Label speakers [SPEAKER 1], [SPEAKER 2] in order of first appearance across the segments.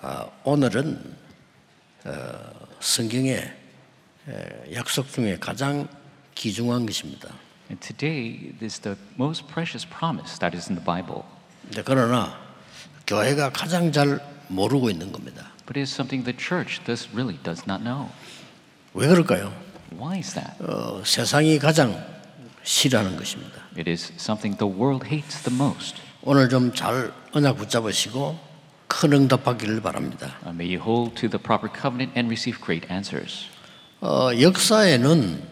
[SPEAKER 1] 아, 오늘은 어, 성경의 에, 약속 중에 가장 귀중한 것입니다.
[SPEAKER 2] And today is the most precious promise that is in the Bible,
[SPEAKER 1] 근데 그러나 교회가 가장 잘 모르고 있는 겁니다.
[SPEAKER 2] but it is something the church this really does not know.
[SPEAKER 1] 왜 그럴까요?
[SPEAKER 2] Why is that?
[SPEAKER 1] 어, 세상이 가장 싫어하는 것입니다.
[SPEAKER 2] It is something the world hates the most.
[SPEAKER 1] 오늘 좀 잘 언약 붙잡으시고 큰 응답하기를 바랍니다.
[SPEAKER 2] Uh, may you hold to the proper covenant and receive great answers.
[SPEAKER 1] 어, 역사에는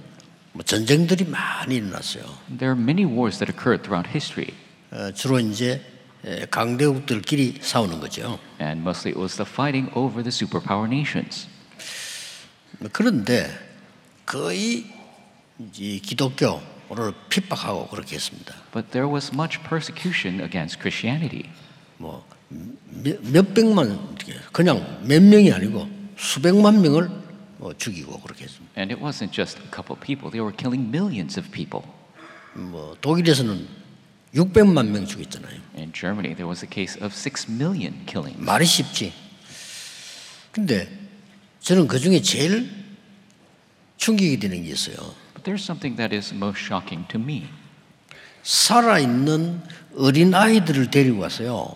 [SPEAKER 1] 뭐 전쟁들이 많이 일어났어요.
[SPEAKER 2] There are many wars that occurred throughout history,
[SPEAKER 1] 어, 주로 이제 에, 강대국들끼리 싸우는 거죠.
[SPEAKER 2] and mostly it was the fighting over the superpower nations.
[SPEAKER 1] 그런데 거의 이 기독교를 핍박하고 그렇게 했습니다.
[SPEAKER 2] But there was much persecution against Christianity.
[SPEAKER 1] 뭐 몇, 몇백만 이렇게 그냥 몇 명이 아니고 수백만 명을 뭐 죽이고 그렇게 했습니다.
[SPEAKER 2] And it wasn't just a couple people, they were killing millions of people.
[SPEAKER 1] 뭐 독일에서는 600만 명 죽였잖아요.
[SPEAKER 2] In Germany, there was a case of six million killings.
[SPEAKER 1] 말이 쉽지. 근데 저는 그 중에 제일 충격이 되는 게 있어요.
[SPEAKER 2] But there's something that is most shocking to me.
[SPEAKER 1] 살아있는 어린 아이들을 데리고 와서요.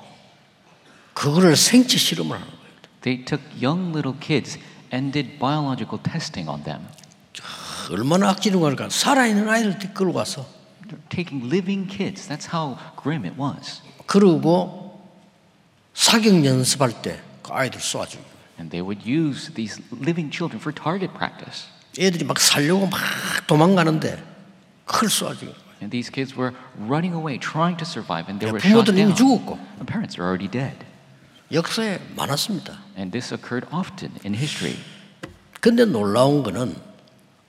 [SPEAKER 1] 그거를 생체 실험을 하는 거예요.
[SPEAKER 2] They took young little kids and did biological testing on them.
[SPEAKER 1] 얼마나 악질을 할까? 살아있는 아이를 끌고 와서
[SPEAKER 2] They're taking living kids. That's how grim it was.
[SPEAKER 1] 그러고 사격 연습할 때 그 아이들 쏘아주고
[SPEAKER 2] And they would use these living children for target practice.
[SPEAKER 1] 애들이 막 살려고 막 도망가는데 그걸 쏘아주고
[SPEAKER 2] And these kids were running away, trying to survive, and they were shot
[SPEAKER 1] 부모들은 이미
[SPEAKER 2] down.
[SPEAKER 1] 죽었고
[SPEAKER 2] The parents are already dead.
[SPEAKER 1] 역사에 많았습니다.
[SPEAKER 2] And this occurred often in history.
[SPEAKER 1] 근데 놀라운 거는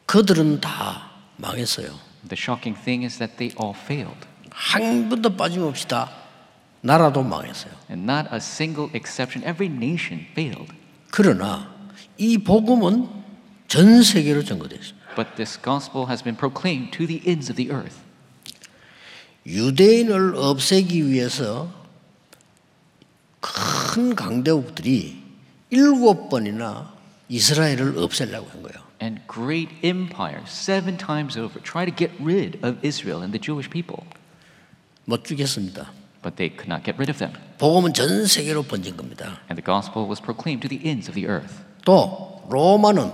[SPEAKER 1] 그들은 다 망했어요.
[SPEAKER 2] The shocking thing is that they all failed.
[SPEAKER 1] 한 번도 빠짐없이 다 나라도 망했어요.
[SPEAKER 2] And not a single exception. Every nation failed.
[SPEAKER 1] 그러나 이 복음은 전 세계로 전거됐어요.
[SPEAKER 2] But this gospel has been proclaimed to the ends of the earth.
[SPEAKER 1] 유대인을 없애기 위해서 큰 강대국들이 일곱 번이나 이스라엘을 없애려고 한 거예요.
[SPEAKER 2] And great empires, seven times over, try to get rid of Israel and the Jewish people.
[SPEAKER 1] 못 주겠습니다.
[SPEAKER 2] But they could not get rid of them.
[SPEAKER 1] 복음은 전 세계로 번진 겁니다.
[SPEAKER 2] And the gospel was proclaimed to the ends of the earth.
[SPEAKER 1] 또 로마는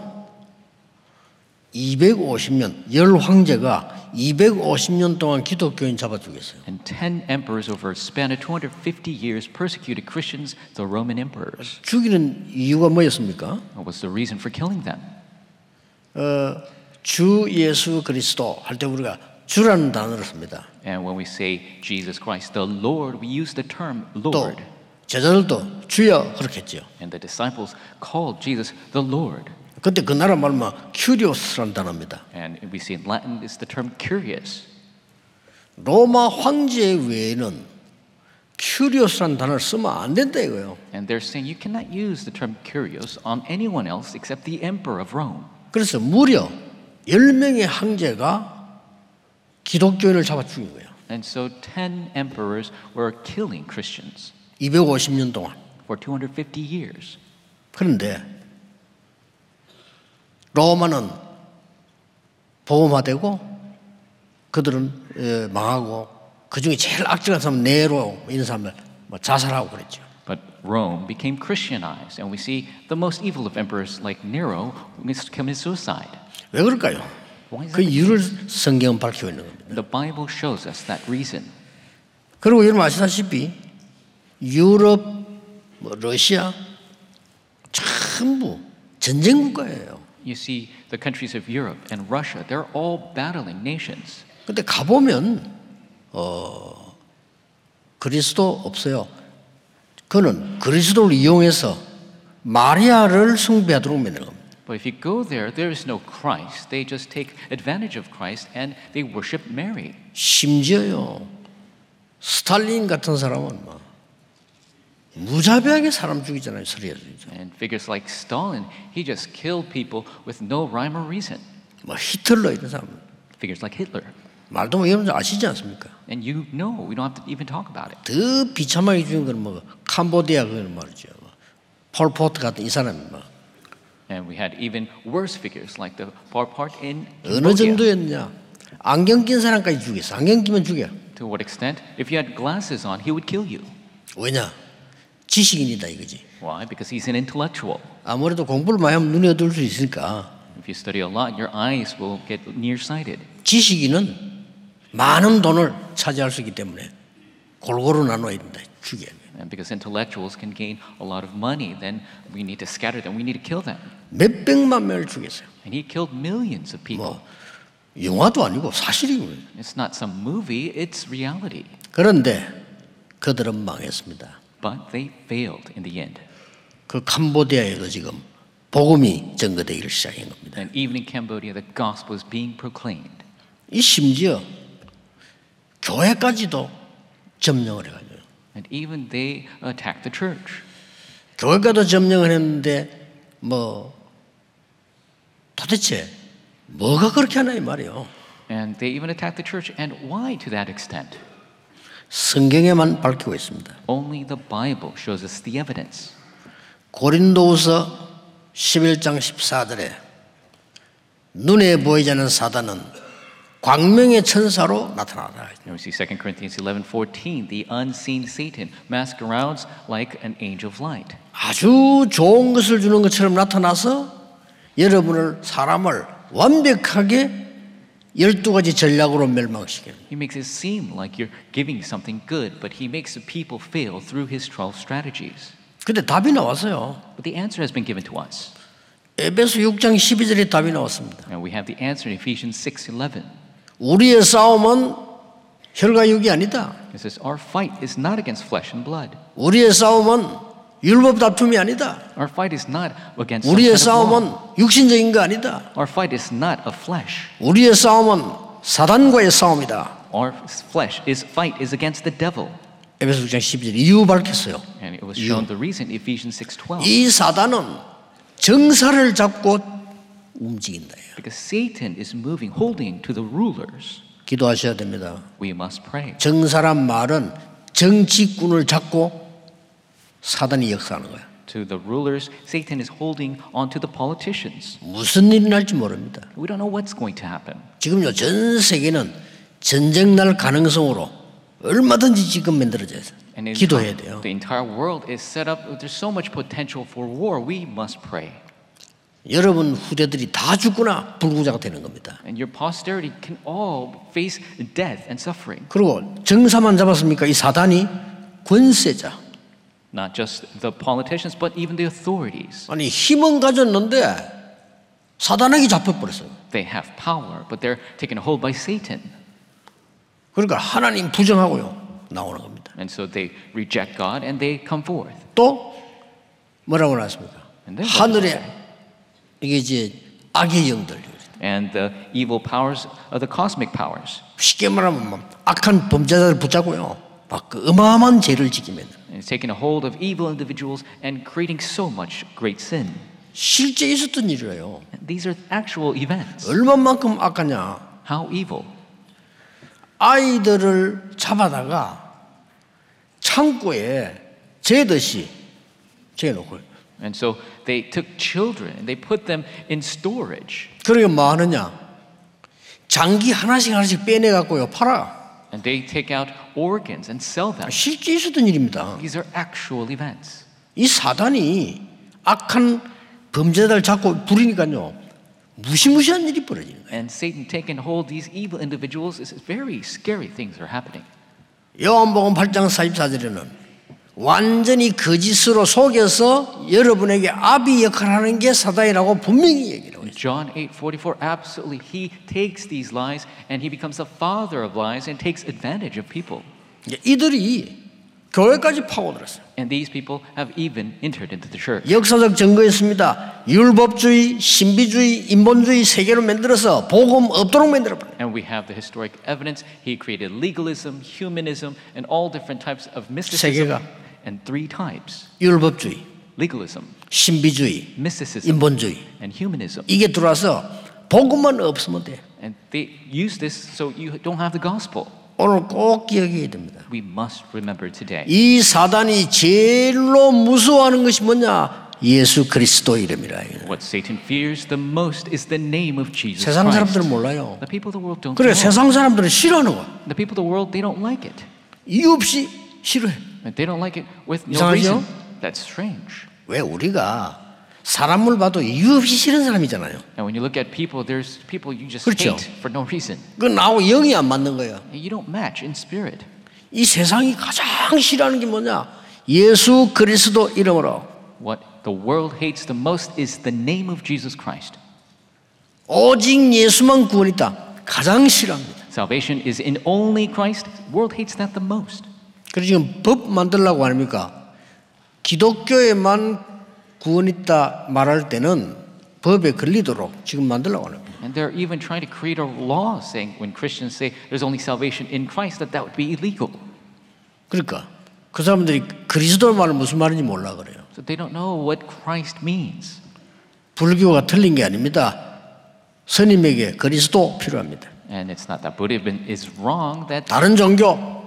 [SPEAKER 1] 250년 열 황제가 250년 동안 기독교인 잡아주겠어요.
[SPEAKER 2] And 10 emperors over a span of 250 years persecuted Christians, the Roman emperors.
[SPEAKER 1] 죽이는 이유가 뭐였습니까? 어,
[SPEAKER 2] What was the reason for killing them?
[SPEAKER 1] 주 예수 그리스도 할 때 우리가 주라는 단어를 씁니다.
[SPEAKER 2] And when we say Jesus Christ, the Lord, we use the term
[SPEAKER 1] 또
[SPEAKER 2] Lord.
[SPEAKER 1] 제자들도 주여 그렇게 했죠.
[SPEAKER 2] And the disciples called Jesus the Lord.
[SPEAKER 1] 근데 그 나라 말만 큐리오스라는 단어입니다.
[SPEAKER 2] And we see in Latin, it's the term curious.
[SPEAKER 1] 로마 황제 외에는 큐리오스라는 단어를 쓰면 안 된다 이거예요.
[SPEAKER 2] And they're saying you cannot use the term curios on anyone else except the emperor of Rome.
[SPEAKER 1] 그래서 무려 10명의 황제가 기독교인을 잡아 죽인 거예요.
[SPEAKER 2] And so 10 emperors were killing Christians
[SPEAKER 1] 250년 동안.
[SPEAKER 2] for 250 years.
[SPEAKER 1] 그런데 로마는 보호마되고 그들은 예, 망하고 그 중에 제일 악질한 사람 네로 이런 사람들 뭐 자살하고 그랬죠.
[SPEAKER 2] But Rome became Christianized, and we see the most evil of emperors like Nero mis- commit suicide.
[SPEAKER 1] 왜 그럴까요?
[SPEAKER 2] Why is
[SPEAKER 1] 그
[SPEAKER 2] that?
[SPEAKER 1] 이유를 성경은 밝히고 있는 겁니다.
[SPEAKER 2] The Bible shows us that reason.
[SPEAKER 1] 그리고 여러분 아시다시피 유럽, 뭐 러시아 전부 전쟁 국가예요.
[SPEAKER 2] You see, the countries of Europe and Russia, they're all battling nations.
[SPEAKER 1] 근데 가보면 어, 그리스도 없어요. 그는 그리스도를 이용해서 마리아를 숭배하도록 만드는 겁니다.
[SPEAKER 2] But if you go there, there is no Christ. They just take advantage of Christ and they worship Mary.
[SPEAKER 1] 심지어요 스탈린 같은 사람은 막 무자비하게 사람 죽이잖아요. 서리에서
[SPEAKER 2] And figures like Stalin, he just killed people with no rhyme or reason.
[SPEAKER 1] 뭐 히틀러 이런 사람
[SPEAKER 2] Figures like Hitler.
[SPEAKER 1] 말도 못 여러분 아시지 않습니까?
[SPEAKER 2] And you know,
[SPEAKER 1] 뭐
[SPEAKER 2] we don't have to even talk about it.
[SPEAKER 1] 더 비참하게 죽인 건뭐 캄보디아 그런 말이죠. 폴포트 같은 이 사람이 뭐
[SPEAKER 2] And we had even worse figures like the Pol Pot in
[SPEAKER 1] 어느
[SPEAKER 2] Cambodia.
[SPEAKER 1] 정도였냐? 안경 낀 사람까지 죽였어. 안경 끼면 죽여.
[SPEAKER 2] To what extent? If you had glasses on, he would kill you.
[SPEAKER 1] 왜냐? 지식인이다 이거지.
[SPEAKER 2] Why? Because he's an intellectual.
[SPEAKER 1] 아무래도 공부를 많이 하면 눈이 어두울 수 있으니까
[SPEAKER 2] If you study a lot, your eyes will get nearsighted.
[SPEAKER 1] 지식인은 많은 돈을 차지할 수 있기 때문에 골고루 나눠야 된다. 죽여.
[SPEAKER 2] And because intellectuals can gain a lot of money, then we need to scatter them. We need to kill them.
[SPEAKER 1] 몇 백만 명을 죽였어요.
[SPEAKER 2] And he killed millions of people.
[SPEAKER 1] 뭐 영화도 아니고 사실인 거예요.
[SPEAKER 2] It's not some movie, it's reality.
[SPEAKER 1] 그런데 그들은 망했습니다.
[SPEAKER 2] But they failed in the end.
[SPEAKER 1] 그 캄보디아에도 지금 복음이 전거되기를 시작한 겁니다.
[SPEAKER 2] And even in Cambodia, the gospel is being proclaimed.
[SPEAKER 1] 이 심지어 교회까지도 점령을 해가지고
[SPEAKER 2] And even they attacked the church.
[SPEAKER 1] 교회까지도 점령을 했는데 뭐 도대체 뭐가 그렇게 하나 이 말이요.
[SPEAKER 2] And they even attacked the church. And why to that extent?
[SPEAKER 1] 성경에만 밝히고 있습니다.
[SPEAKER 2] Only the Bible shows us the evidence.
[SPEAKER 1] 고린도후서 11장 14절에 눈에 보이지 않는 사단은 광명의 천사로 나타나다.
[SPEAKER 2] And we see 2 Corinthians 11 14, the unseen Satan masquerades like an angel of light.
[SPEAKER 1] 아주 좋은 것을 주는 것처럼 나타나서 여러분을 사람을 완벽하게 12가지 전략으로 멸망시켜요.
[SPEAKER 2] He makes it seem like you're giving something good, but he makes the people fail through his 12 strategies.
[SPEAKER 1] 근데 답이 나왔어요.
[SPEAKER 2] But the answer has been given to us.
[SPEAKER 1] 에베소 6장 12절에 답이 나왔습니다.
[SPEAKER 2] And we have the answer in Ephesians 6 11.
[SPEAKER 1] 우리의 싸움은 혈과 육이 아니다.
[SPEAKER 2] It says, Our fight is not against flesh and blood.
[SPEAKER 1] 우리의 싸움은 율법 다툼이 아니다.
[SPEAKER 2] Our fight is not against some
[SPEAKER 1] 우리의
[SPEAKER 2] kind of law.
[SPEAKER 1] 싸움은 육신적인 거 아니다.
[SPEAKER 2] Our fight is not of flesh.
[SPEAKER 1] 우리의 싸움은 사단과의 싸움이다.
[SPEAKER 2] Our flesh is fight is against the devil.
[SPEAKER 1] 에베소 6장 12절 이유 밝혔어요.
[SPEAKER 2] And it was shown the reason Ephesians 6:12.
[SPEAKER 1] 이 사단은 정사를 잡고 움직인다.
[SPEAKER 2] Because Satan is moving, holding to the rulers.
[SPEAKER 1] 기도하셔야 됩니다.
[SPEAKER 2] We must pray.
[SPEAKER 1] 정사란 말은 정치꾼을 잡고 사단이 역사하는 거야.
[SPEAKER 2] To the rulers, Satan is holding on to the politicians.
[SPEAKER 1] 무슨 일이 날지 모릅니다.
[SPEAKER 2] We don't know what's going to happen.
[SPEAKER 1] 지금요 전 세계는 전쟁 날 가능성으로 얼마든지 지금 만들어져요.
[SPEAKER 2] And in-
[SPEAKER 1] 기도해야 돼요.
[SPEAKER 2] the entire world is set up. There's so much potential for war. We must pray.
[SPEAKER 1] 여러분 후대들이 다 죽거나 불구자가 되는 겁니다.
[SPEAKER 2] And your posterity can all face death and suffering.
[SPEAKER 1] 그리고 정사만 잡았습니까? 이 사단이 권세자.
[SPEAKER 2] Not just the politicians, but even the authorities.
[SPEAKER 1] 아니 힘은 가졌는데 사단에게 잡혀버렸어요.
[SPEAKER 2] They have power, but they're taken hold by Satan.
[SPEAKER 1] 그러니까 하나님 부정하고요 나오는 겁니다.
[SPEAKER 2] And so they reject God and they come forth.
[SPEAKER 1] 또 네, 뭐라고 나왔습니까?
[SPEAKER 2] 근데 뭐라고
[SPEAKER 1] 하늘에 이게 이제 악의 영들
[SPEAKER 2] And the evil powers are the cosmic powers.
[SPEAKER 1] 쉽게 말하면 뭐 악한 범죄자를 붙잡고요 막 그 어마어마한 죄를 지키면
[SPEAKER 2] And it's taking a hold of evil individuals and creating so much great sin.
[SPEAKER 1] 실제 있었던 일이에요.
[SPEAKER 2] And these are actual events.
[SPEAKER 1] 얼마만큼 악하냐?
[SPEAKER 2] How evil.
[SPEAKER 1] 아이들을 잡아다가 창고에 재듯이 재놓고
[SPEAKER 2] And so they took children and they put them in storage.
[SPEAKER 1] 그러게 뭐 하느냐? 장기 하나씩 하나씩 빼내 갖고요 팔아.
[SPEAKER 2] And they take out organs and sell them.
[SPEAKER 1] 실제 있었던 일입니다.
[SPEAKER 2] These are actual events.
[SPEAKER 1] 이 사단이 악한 범죄자를 자꾸 부리니까요 무시무시한 일이 벌어지는 거예요.
[SPEAKER 2] And Satan taking hold these evil individuals. It's very scary things are happening.
[SPEAKER 1] 요한복음 8장 44절에는 완전히 그 거짓으로 속여서 여러분에게 아비 역할을 하는 게 사단이라고 분명히 얘기를 하고 있어요.
[SPEAKER 2] John 8 44, absolutely. He takes these lies and he becomes the father of lies and takes advantage of people.
[SPEAKER 1] 이제 이들이 교회까지 파고들었어요.
[SPEAKER 2] And these people have even entered into the church.
[SPEAKER 1] 역사적 증거 있습니다. 율법주의, 신비주의, 인본주의 세계로 만들어서 복음 없도록 만들어버려요.
[SPEAKER 2] And we have the historic evidence. He created legalism, humanism, and all different types of mysticism.
[SPEAKER 1] 세계가.
[SPEAKER 2] And three types
[SPEAKER 1] 율법주의,
[SPEAKER 2] legalism,
[SPEAKER 1] 신비주의,
[SPEAKER 2] mysticism,
[SPEAKER 1] 인본주의
[SPEAKER 2] and humanism.
[SPEAKER 1] 이게 들어와서 복음만 없으면 돼.
[SPEAKER 2] And they use this so you don't have the gospel.
[SPEAKER 1] 오늘 꼭 기억해야 됩니다.
[SPEAKER 2] We must remember today
[SPEAKER 1] 이 사단이 제일로 무서워하는 것이 뭐냐? 예수 그리스도 이름이라.
[SPEAKER 2] what Satan fears the most is the name of Jesus
[SPEAKER 1] 세상
[SPEAKER 2] Christ.
[SPEAKER 1] 사람들은 몰라요.
[SPEAKER 2] The people of the world don't
[SPEAKER 1] 그래,
[SPEAKER 2] know.
[SPEAKER 1] 세상 사람들은 싫어하는 거야.
[SPEAKER 2] The people of the world, they don't like it.
[SPEAKER 1] 이유 없이 싫어해.
[SPEAKER 2] And They don't like it with no
[SPEAKER 1] 이상하죠?
[SPEAKER 2] reason. That's strange.
[SPEAKER 1] 왜 우리가 사람을 봐도 이유 없이 싫은 사람이잖아요.
[SPEAKER 2] And when you look at people, there's people you just
[SPEAKER 1] 그렇죠.
[SPEAKER 2] hate for no reason.
[SPEAKER 1] 그 나하고 영이 안 맞는 거예요.
[SPEAKER 2] And You don't match in spirit.
[SPEAKER 1] 이 세상이 가장 싫어하는 게 뭐냐? 예수 그리스도 이름으로
[SPEAKER 2] What the world hates the most is the name of Jesus Christ.
[SPEAKER 1] 오직 예수만 구원이 있다. 가장 싫어합니다.
[SPEAKER 2] Salvation is in only Christ. World hates that the most.
[SPEAKER 1] 그래서 지금 법 만들려고 합니까? 기독교에만 구원이 있다 말할 때는 법에 걸리도록 지금 만들려고 하는 거예요.
[SPEAKER 2] And they're even trying to create a law saying when Christians say there's only salvation in Christ that that would be illegal.
[SPEAKER 1] 그러니까 그 사람들이 그리스도 말은 무슨 말인지 몰라 그래요.
[SPEAKER 2] So they don't know what Christ means.
[SPEAKER 1] 불교가 틀린 게 아닙니다. 스님에게 그리스도 필요합니다.
[SPEAKER 2] And it's not that Buddhism is wrong. That
[SPEAKER 1] 다른 종교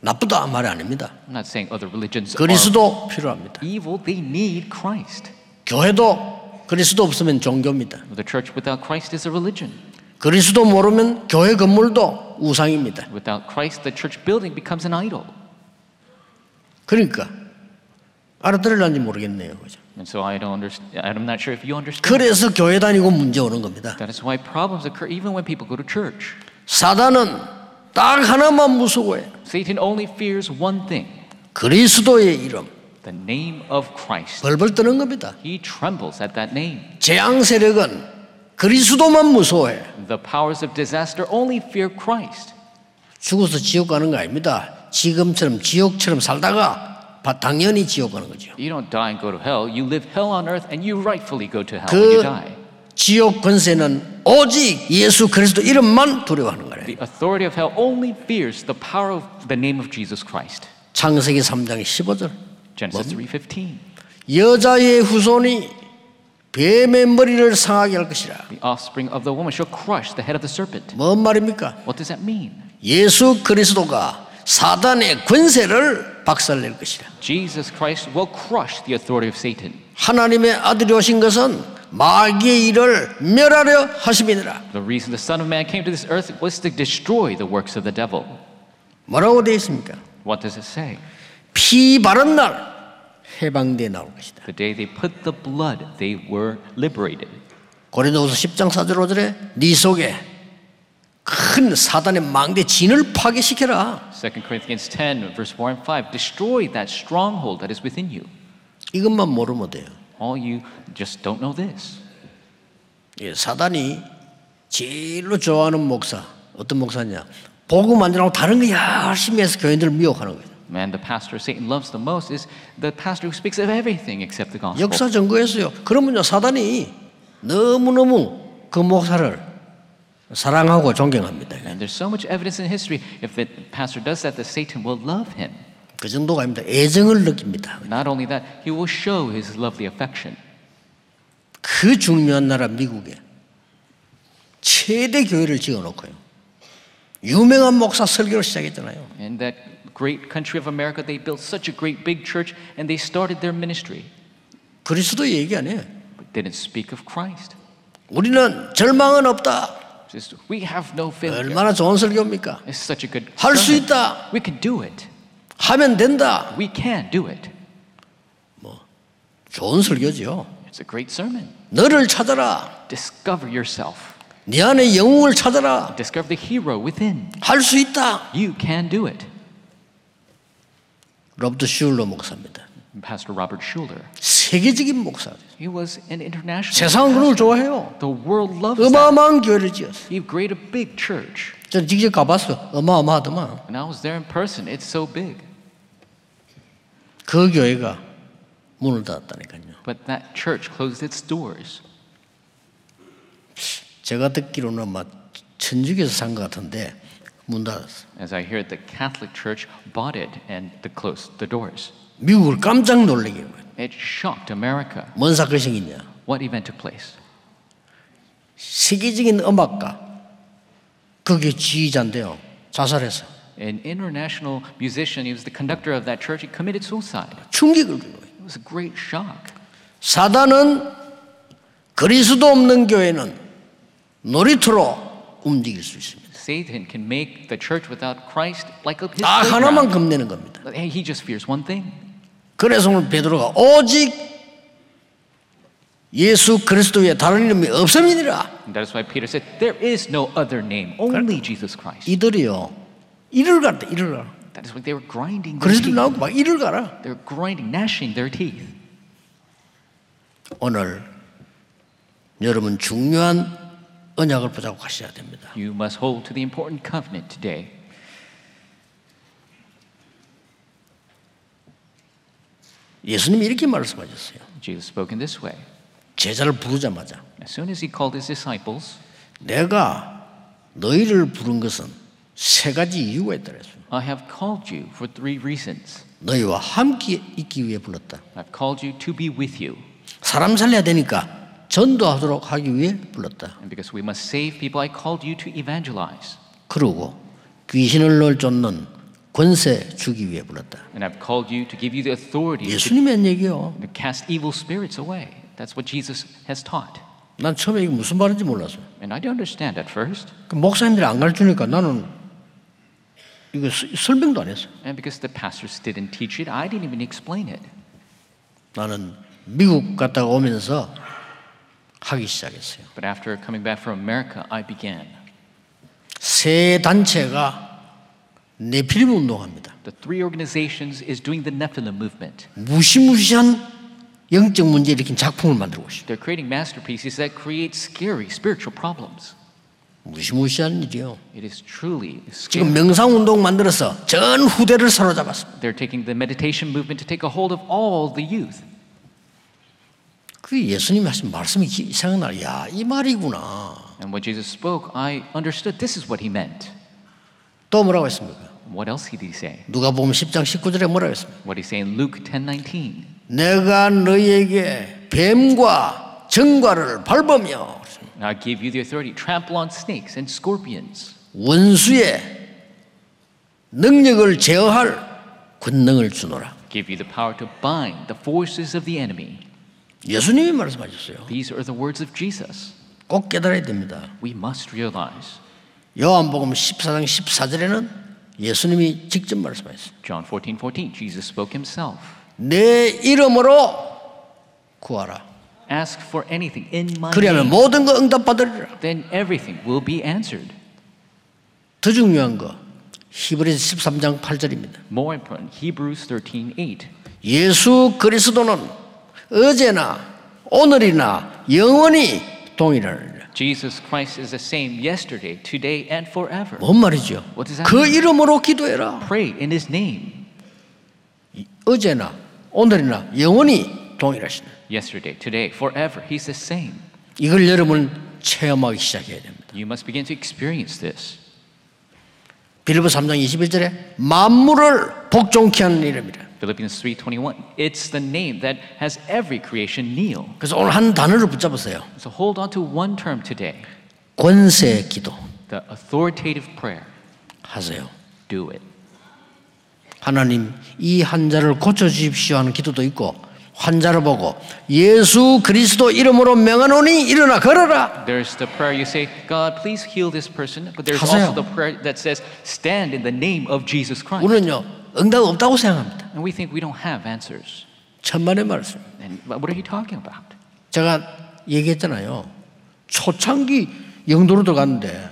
[SPEAKER 1] 나쁘다 말이 아닙니다.
[SPEAKER 2] I'm not saying other religions are
[SPEAKER 1] 그리스도 필요합니다.
[SPEAKER 2] evil. They need Christ.
[SPEAKER 1] 교회도 그리스도 없으면 종교입니다.
[SPEAKER 2] The church without Christ is a religion.
[SPEAKER 1] 그리스도 모르면 교회 건물도 우상입니다.
[SPEAKER 2] Without Christ, the church building becomes an idol.
[SPEAKER 1] 그러니까 알아들을는지 모르겠네요. 그죠?
[SPEAKER 2] And so I don't understand. I'm not sure if you understand.
[SPEAKER 1] 그래서 교회 다니고 문제 오는 겁니다.
[SPEAKER 2] That is why problems occur even when people go to church.
[SPEAKER 1] 사단은 딱 하나만 무서워해.
[SPEAKER 2] Satan only fears one thing:
[SPEAKER 1] 그리스도의 이름.
[SPEAKER 2] the name of Christ.
[SPEAKER 1] 벌벌 뜨는 겁니다.
[SPEAKER 2] He trembles at that name.
[SPEAKER 1] 재앙 세력은 그리스도만 무서워해.
[SPEAKER 2] The powers of disaster only fear Christ.
[SPEAKER 1] 죽어서 지옥 가는 거 아닙니다. 지금처럼 지옥처럼 살다가 바- 당연히 지옥 가는 거죠.
[SPEAKER 2] You don't die and go to hell. You live hell on earth, and you rightfully go to hell
[SPEAKER 1] 그
[SPEAKER 2] when you die.
[SPEAKER 1] 지옥 권세는 오직 예수 그리스도 이름만 두려워하는 거예요.
[SPEAKER 2] The authority of hell only fears the power of the name of Jesus Christ.
[SPEAKER 1] 창세기 3장 15절.
[SPEAKER 2] Genesis 3:15.
[SPEAKER 1] 여자의 후손이 뱀의 머리를 상하게 할 것이라.
[SPEAKER 2] The offspring of the woman shall crush the head of the serpent.
[SPEAKER 1] 뭔 말입니까?
[SPEAKER 2] What does that mean?
[SPEAKER 1] 예수 그리스도가 사단의 권세를 박살낼 것이라.
[SPEAKER 2] Jesus Christ will crush the authority of Satan.
[SPEAKER 1] 하나님의 아들이 오신 것은 마귀의 일을 멸하려 하심이니라.
[SPEAKER 2] The reason the Son of Man came to this earth was to destroy the works of the devil.
[SPEAKER 1] 뭐라고 되어 있습니까?
[SPEAKER 2] What does it say?
[SPEAKER 1] 피 바른 날 해방돼 나올 것이다.
[SPEAKER 2] The day they put the blood, they were liberated.
[SPEAKER 1] 고린도후서 10장 4절 5절에 네 속에 큰 사단의 망대 진을 파괴시켜라.
[SPEAKER 2] 2 Corinthians 10, verse 4 and 5. Destroy that stronghold that is within you.
[SPEAKER 1] 이것만 모르면 돼요.
[SPEAKER 2] All you just don't know this.
[SPEAKER 1] 예, 사단이 제일로 좋아하는 목사 어떤 목사냐? 복음 안 전하고 다른 거 열심히 해서 교인들을 미혹하는 거예요.
[SPEAKER 2] Man, the pastor Satan loves the most is the pastor who speaks of everything except the gospel.
[SPEAKER 1] 역사 전거했어요. 그러면요 사단이 너무 너무 그 목사를 사랑하고 존경합니다.
[SPEAKER 2] And there's so much evidence in history. If the pastor does that, the Satan will love him.
[SPEAKER 1] 그 정도가 아닙니다. 애정을 느낍니다.
[SPEAKER 2] Not only that, he will show his lovely affection.
[SPEAKER 1] 그 중요한 나라 미국에 최대 교회를 지어놓고요. 유명한 목사 설교를 시작했잖아요.
[SPEAKER 2] In that great country of America, they built such a great big church and they started their ministry,
[SPEAKER 1] 그리스도 얘기 안 해.
[SPEAKER 2] but didn't speak of Christ.
[SPEAKER 1] 우리는 절망은 없다.
[SPEAKER 2] Just, we have no failure.
[SPEAKER 1] 얼마나 좋은 설교입니까?
[SPEAKER 2] It's such a good
[SPEAKER 1] 할수
[SPEAKER 2] sermon.
[SPEAKER 1] 있다.
[SPEAKER 2] We can do it.
[SPEAKER 1] 하면 된다.
[SPEAKER 2] We can do it.
[SPEAKER 1] 좋은 설교지요.
[SPEAKER 2] It's a great sermon.
[SPEAKER 1] 너를 찾아라.
[SPEAKER 2] Discover yourself.
[SPEAKER 1] 네 안에 영웅을 찾아라.
[SPEAKER 2] Discover the hero within.
[SPEAKER 1] 할 수 있다.
[SPEAKER 2] You can do it.
[SPEAKER 1] 로버트 슈울러 목사입니다.
[SPEAKER 2] Pastor Robert Schuller.
[SPEAKER 1] 세계적인 목사.
[SPEAKER 2] He was an international.
[SPEAKER 1] 세상은 그걸
[SPEAKER 2] pastor.
[SPEAKER 1] 좋아해요.
[SPEAKER 2] The world loves that.
[SPEAKER 1] 어마어마한 교회를 지었어.
[SPEAKER 2] He created a big church.
[SPEAKER 1] 전 직접 가봤어. 어마어마하더만.
[SPEAKER 2] And I was there in person. It's so big.
[SPEAKER 1] 그 교회가 문을 닫았다니까요.
[SPEAKER 2] But that church closed its doors.
[SPEAKER 1] 제가 듣기로는 아마 천주교에서 산 것 같은데 문 닫았어.
[SPEAKER 2] As I hear, the Catholic Church bought it and the- closed the doors.
[SPEAKER 1] 미국을 깜짝 놀라게 한 거예요.
[SPEAKER 2] It shocked America.
[SPEAKER 1] 뭔 사건이 생겼냐.
[SPEAKER 2] What event took place?
[SPEAKER 1] 세계적인 음악가 그게 지휘자인데요. 자살해서
[SPEAKER 2] An international musician, he was the conductor of that church, he committed suicide.
[SPEAKER 1] 충격을 준 거예요.
[SPEAKER 2] It was a great shock.
[SPEAKER 1] 사단은 그리스도 없는 교회는 놀이터로 움직일 수 있습니다.
[SPEAKER 2] Satan can make the church without Christ like a his
[SPEAKER 1] 딱
[SPEAKER 2] playground.
[SPEAKER 1] 하나만 겁내는 겁니다.
[SPEAKER 2] Hey, he just fears one thing.
[SPEAKER 1] 그래서 오늘 베드로가 오직 예수 그리스도 외에 다른 이름이 없음이니라.
[SPEAKER 2] And that is why Peter said, There is no other name, only Jesus Christ.
[SPEAKER 1] 이들이요. 이를 갔다 이를 가라.
[SPEAKER 2] That is what they were grinding their
[SPEAKER 1] 그리스도
[SPEAKER 2] teeth.
[SPEAKER 1] 나오고 막 이를 가라.
[SPEAKER 2] They were grinding, gnashing their teeth.
[SPEAKER 1] 오늘 여러분 중요한 언약을 보자고 하셔야 됩니다.
[SPEAKER 2] You must hold to the important covenant today.
[SPEAKER 1] 예수님이 이렇게 말씀하셨어요.
[SPEAKER 2] Jesus spoke in this way.
[SPEAKER 1] 제자를 부르자마자
[SPEAKER 2] As soon as he called his disciples,
[SPEAKER 1] 내가 너희를 부른 것은 세 가지 이유가 있다 그랬어요.
[SPEAKER 2] I have called you for three reasons.
[SPEAKER 1] 너희와 함께 있기 위해 불렀다.
[SPEAKER 2] I've called you to be with you.
[SPEAKER 1] 사람 살려야 되니까 전도하도록 하기 위해 불렀다.
[SPEAKER 2] And because we must save people, I called you to evangelize.
[SPEAKER 1] 그리고 귀신을 널 쫓는 권세 주기 위해 불렀다.
[SPEAKER 2] And I've called you to give you the authority
[SPEAKER 1] 예수님의 한 얘기요.
[SPEAKER 2] to cast evil spirits away. That's what Jesus has taught.
[SPEAKER 1] 난 처음에 이게 무슨 말인지 몰랐어.
[SPEAKER 2] And I didn't understand at first.
[SPEAKER 1] 그 목사님들이 안 가르치니까 나는 이거 스- 설명도 안 했어.
[SPEAKER 2] And because the pastors didn't teach it, I didn't even explain it.
[SPEAKER 1] 나는 미국 갔다가 오면서 하기 시작했어요.
[SPEAKER 2] But after coming back from America, I began.
[SPEAKER 1] 세 단체가 네피림 운동합니다.
[SPEAKER 2] The three organizations is doing the Nephilim movement.
[SPEAKER 1] 무시무시한 영적 문제 일으킨 작품을 만들고 있어요.
[SPEAKER 2] They're creating masterpieces that create scary spiritual problems.
[SPEAKER 1] 무시무시한 일이요.
[SPEAKER 2] It is truly
[SPEAKER 1] 지금
[SPEAKER 2] scary.
[SPEAKER 1] 명상 운동 만들어서 전 후대를 사로잡았습니다.
[SPEAKER 2] They're taking the meditation movement to take a hold of all the youth.
[SPEAKER 1] 그 예수님이 하신 말씀이 기- 생각나요. 야, 이 말이구나.
[SPEAKER 2] And when Jesus spoke, I understood this is what he meant.
[SPEAKER 1] 또 뭐라고 했습니까?
[SPEAKER 2] What else did he say?
[SPEAKER 1] 누가 보면 10장 19절에 뭐라고 했습니까?
[SPEAKER 2] What did he say in Luke 10:19?
[SPEAKER 1] 내가 너희에게 뱀과 정과를 밟으며
[SPEAKER 2] I give you the authority to trample on snakes and scorpions
[SPEAKER 1] 원수의 능력을 제어할 권능을 주노라.
[SPEAKER 2] give you the power to bind the forces of the enemy.
[SPEAKER 1] 예수님이 말씀하셨어요.
[SPEAKER 2] These are the words of Jesus.
[SPEAKER 1] 꼭 깨달아야 됩니다.
[SPEAKER 2] We must realize.
[SPEAKER 1] 요한복음 14장 14절에는 예수님이 직접 말씀하셨어요.
[SPEAKER 2] John 14, 14, Jesus spoke himself.
[SPEAKER 1] 내 이름으로 구하라.
[SPEAKER 2] Ask for anything in my
[SPEAKER 1] 그리하면
[SPEAKER 2] name.
[SPEAKER 1] 모든 거 응답받으리라.
[SPEAKER 2] Then everything will be answered.
[SPEAKER 1] 더 중요한 거 히브리서 13장 8절입니다.
[SPEAKER 2] More important, Hebrews 13, 8.
[SPEAKER 1] 예수 그리스도는 어제나 오늘이나 영원히 동일하느라.
[SPEAKER 2] Jesus Christ is the same yesterday, today, and forever.
[SPEAKER 1] 뭔 말이죠?
[SPEAKER 2] What does that
[SPEAKER 1] 그
[SPEAKER 2] mean?
[SPEAKER 1] 이름으로 기도해라.
[SPEAKER 2] Pray in his name.
[SPEAKER 1] 어제나 오늘이나 영원히 동일하시네.
[SPEAKER 2] Yesterday, today, forever. He's the same.
[SPEAKER 1] 이걸 여러분 체험하기 시작해야 됩니다.
[SPEAKER 2] You must begin to experience this.
[SPEAKER 1] 빌립보 3장 21절에 만물을 복종케 하는 이름이라.
[SPEAKER 2] Philippians 3:21. It's the name that has every creation kneel.
[SPEAKER 1] 그래서 오늘 한 단어를 붙잡으세요.
[SPEAKER 2] So hold on to one term today,
[SPEAKER 1] 권세 기도
[SPEAKER 2] the authoritative prayer.
[SPEAKER 1] 하세요.
[SPEAKER 2] Do it.
[SPEAKER 1] 하나님 이 환자를 고쳐 주십시오 하는 기도도 있고 환자를 보고 예수 그리스도 이름으로 명하노니 일어나 걸어라.
[SPEAKER 2] There's the prayer you say, God, please heal this person. But there's
[SPEAKER 1] 하세요.
[SPEAKER 2] also the prayer that says, stand in the name of Jesus Christ.
[SPEAKER 1] 우리는요 응답 없다고 생각합니다.
[SPEAKER 2] And we think we don't have answers.
[SPEAKER 1] 천만의 말씀.
[SPEAKER 2] And but what are you talking about?
[SPEAKER 1] 제가 얘기했잖아요. 초창기 영도로 들어갔는데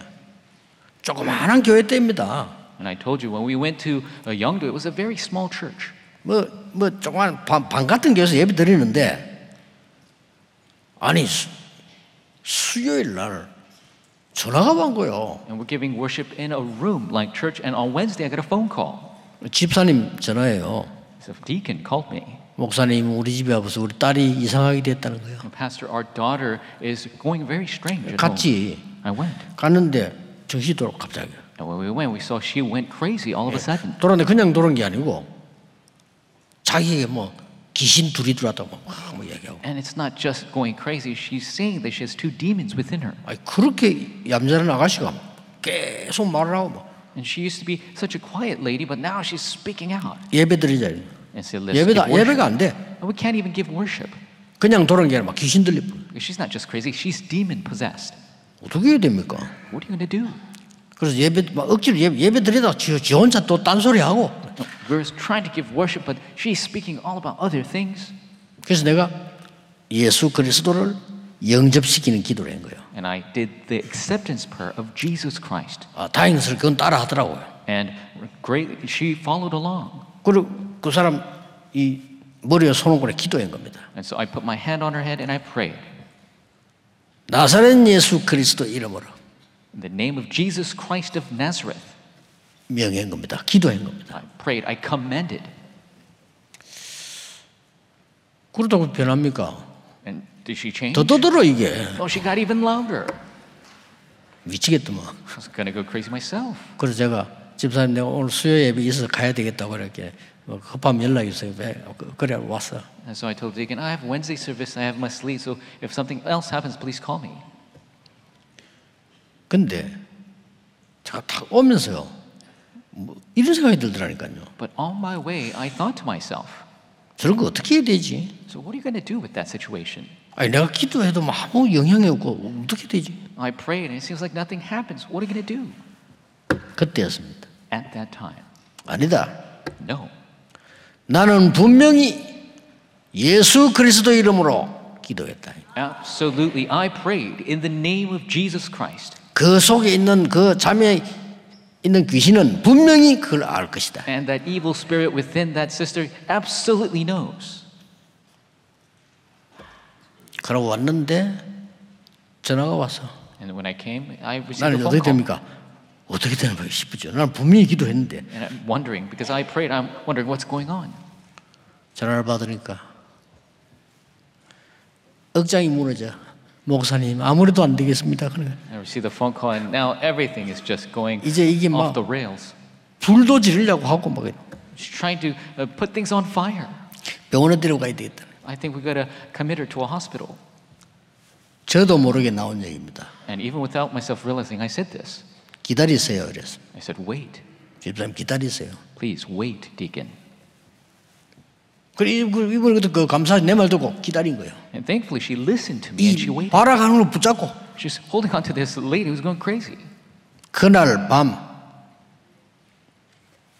[SPEAKER 1] 조그마한 교회 때입니다.
[SPEAKER 2] And I told you when we went to uh, Yeongdo, it was a very small church.
[SPEAKER 1] 뭐 뭐 조그만 방, 방 같은 교회에서 예배 드리는데 아니 수, 수요일 날 전화가 온 거예요.
[SPEAKER 2] And we're giving worship in a room like church. And on Wednesday, I got a phone call.
[SPEAKER 1] 집사님 전화예요.
[SPEAKER 2] So deacon called me.
[SPEAKER 1] 목사님 우리 집에 와서 우리 딸이 이상하게 됐다는 거예요.
[SPEAKER 2] Pastor, our daughter is going very strange. At home.
[SPEAKER 1] 같이
[SPEAKER 2] I went.
[SPEAKER 1] 갔는데 정신이 돌아 갑자기.
[SPEAKER 2] And when we went, we saw she went crazy all of a sudden.
[SPEAKER 1] 돌았는데 그냥 돌은 게 아니고 자기에게 뭐 귀신 둘이 들어왔다고 막 뭐 얘기하고.
[SPEAKER 2] And it's not just going crazy, she's saying that she has two demons within her.
[SPEAKER 1] 아니 그렇게 얌전한 아가씨가 계속 말을 하고 막
[SPEAKER 2] And she used to be such a quiet lady, but now she's speaking out
[SPEAKER 1] 예배드리자.
[SPEAKER 2] and said, Let's give
[SPEAKER 1] 예배다 예배가
[SPEAKER 2] worship.
[SPEAKER 1] 안 돼.
[SPEAKER 2] And we can't even give worship.
[SPEAKER 1] 그냥 돌아온 게 아니라 막 귀신 들려.
[SPEAKER 2] She's not just crazy, she's demon possessed.
[SPEAKER 1] 어떻게 해야 됩니까?
[SPEAKER 2] What are you going to do?
[SPEAKER 1] 그래서 예배 막 억지로 예배, 예배 드리다 지, 지 혼자 또 딴소리 하고.
[SPEAKER 2] We're trying to give worship, but she's speaking all about other things.
[SPEAKER 1] 그래서 내가 예수 그리스도를 영접시키는 기도를 한 거예요.
[SPEAKER 2] And I did the acceptance prayer of Jesus Christ.
[SPEAKER 1] 아, 다행스럽게 그건 따라 하더라고요.
[SPEAKER 2] And great, she followed along.
[SPEAKER 1] 그리고 그 사람 이 머리에 손오골에 기도한 겁니다.
[SPEAKER 2] And so I put my hand on her head and I prayed.
[SPEAKER 1] 나사렛 예수 그리스도 이름으로
[SPEAKER 2] In the name of Jesus Christ of Nazareth,
[SPEAKER 1] 명한 겁니다. 기도한 겁니다.
[SPEAKER 2] I prayed, I commended.
[SPEAKER 1] 그러다고 변합니까?
[SPEAKER 2] And did she change?
[SPEAKER 1] 더 떠들어 이게
[SPEAKER 2] Oh, she got even louder.
[SPEAKER 1] 미치겠더만.
[SPEAKER 2] I was going to go crazy myself.
[SPEAKER 1] 그래서 제가 집사님 내가 오늘 수요 예배 있어서 가야 되겠다고 그랬게 뭐 급하면 연락이 있어요. 왜? 그- 그래 왔어.
[SPEAKER 2] And so I told Deacon, I have Wednesday service, I have must leave, so if something else happens, please call me.
[SPEAKER 1] 근데 제가 탁 오면서요. 뭐 이런 생각이 들더라니까요.
[SPEAKER 2] But on my way, I thought to myself,
[SPEAKER 1] 저런 거 어떻게 해야 되지?
[SPEAKER 2] so what are you going to do with that situation?
[SPEAKER 1] 아니 내가 기도해도 뭐 아무 영향이 없고 어떻게 되지?
[SPEAKER 2] I prayed, and it seems like nothing happens. What are you going to do?
[SPEAKER 1] 그때였습니다.
[SPEAKER 2] At that time,
[SPEAKER 1] 아니다.
[SPEAKER 2] no.
[SPEAKER 1] 나는 분명히 예수 그리스도 이름으로 기도했다.
[SPEAKER 2] Absolutely, I prayed in the name of Jesus Christ.
[SPEAKER 1] 그 속에 있는 그 잠에 있는 귀신은 분명히 그걸 알 것이다.
[SPEAKER 2] And that evil spirit within that sister absolutely knows.
[SPEAKER 1] 그러고 왔는데 전화가 와서
[SPEAKER 2] And when I came, I received a
[SPEAKER 1] 나는
[SPEAKER 2] phone
[SPEAKER 1] 어, 어떻게
[SPEAKER 2] call.
[SPEAKER 1] 됩니까? 어떻게 되는 거야 싶었죠. 나는 분명히 기도했는데
[SPEAKER 2] And I'm wondering, because I prayed, I'm wondering what's going on.
[SPEAKER 1] 전화를 받으니까 억장이 무너져. 목사님 아무래도 안 되겠습니다. 그래.
[SPEAKER 2] I received a phone call, and now everything is just going
[SPEAKER 1] 이제 이게 막-
[SPEAKER 2] off the rails.
[SPEAKER 1] 불도 지르려고 하고 막
[SPEAKER 2] She's trying to uh, put things on fire.
[SPEAKER 1] 병원에 데려가야 되겠다.
[SPEAKER 2] I think we gotta commit her to a hospital.
[SPEAKER 1] 저도 모르게 나온 얘기입니다.
[SPEAKER 2] And even without myself realizing, I said this.
[SPEAKER 1] 기다리세요. 그랬어.
[SPEAKER 2] I said, wait,
[SPEAKER 1] 집사님 기다리세요.
[SPEAKER 2] please wait, deacon.
[SPEAKER 1] 그래 이분- 이분이 그때 그 감사 내 말 듣고 기다린 거예요.
[SPEAKER 2] And thankfully, she listened to me and she
[SPEAKER 1] 이
[SPEAKER 2] waited.
[SPEAKER 1] 발악하는 걸 붙잡고
[SPEAKER 2] She's holding on to this lady who's going crazy.
[SPEAKER 1] 그날 밤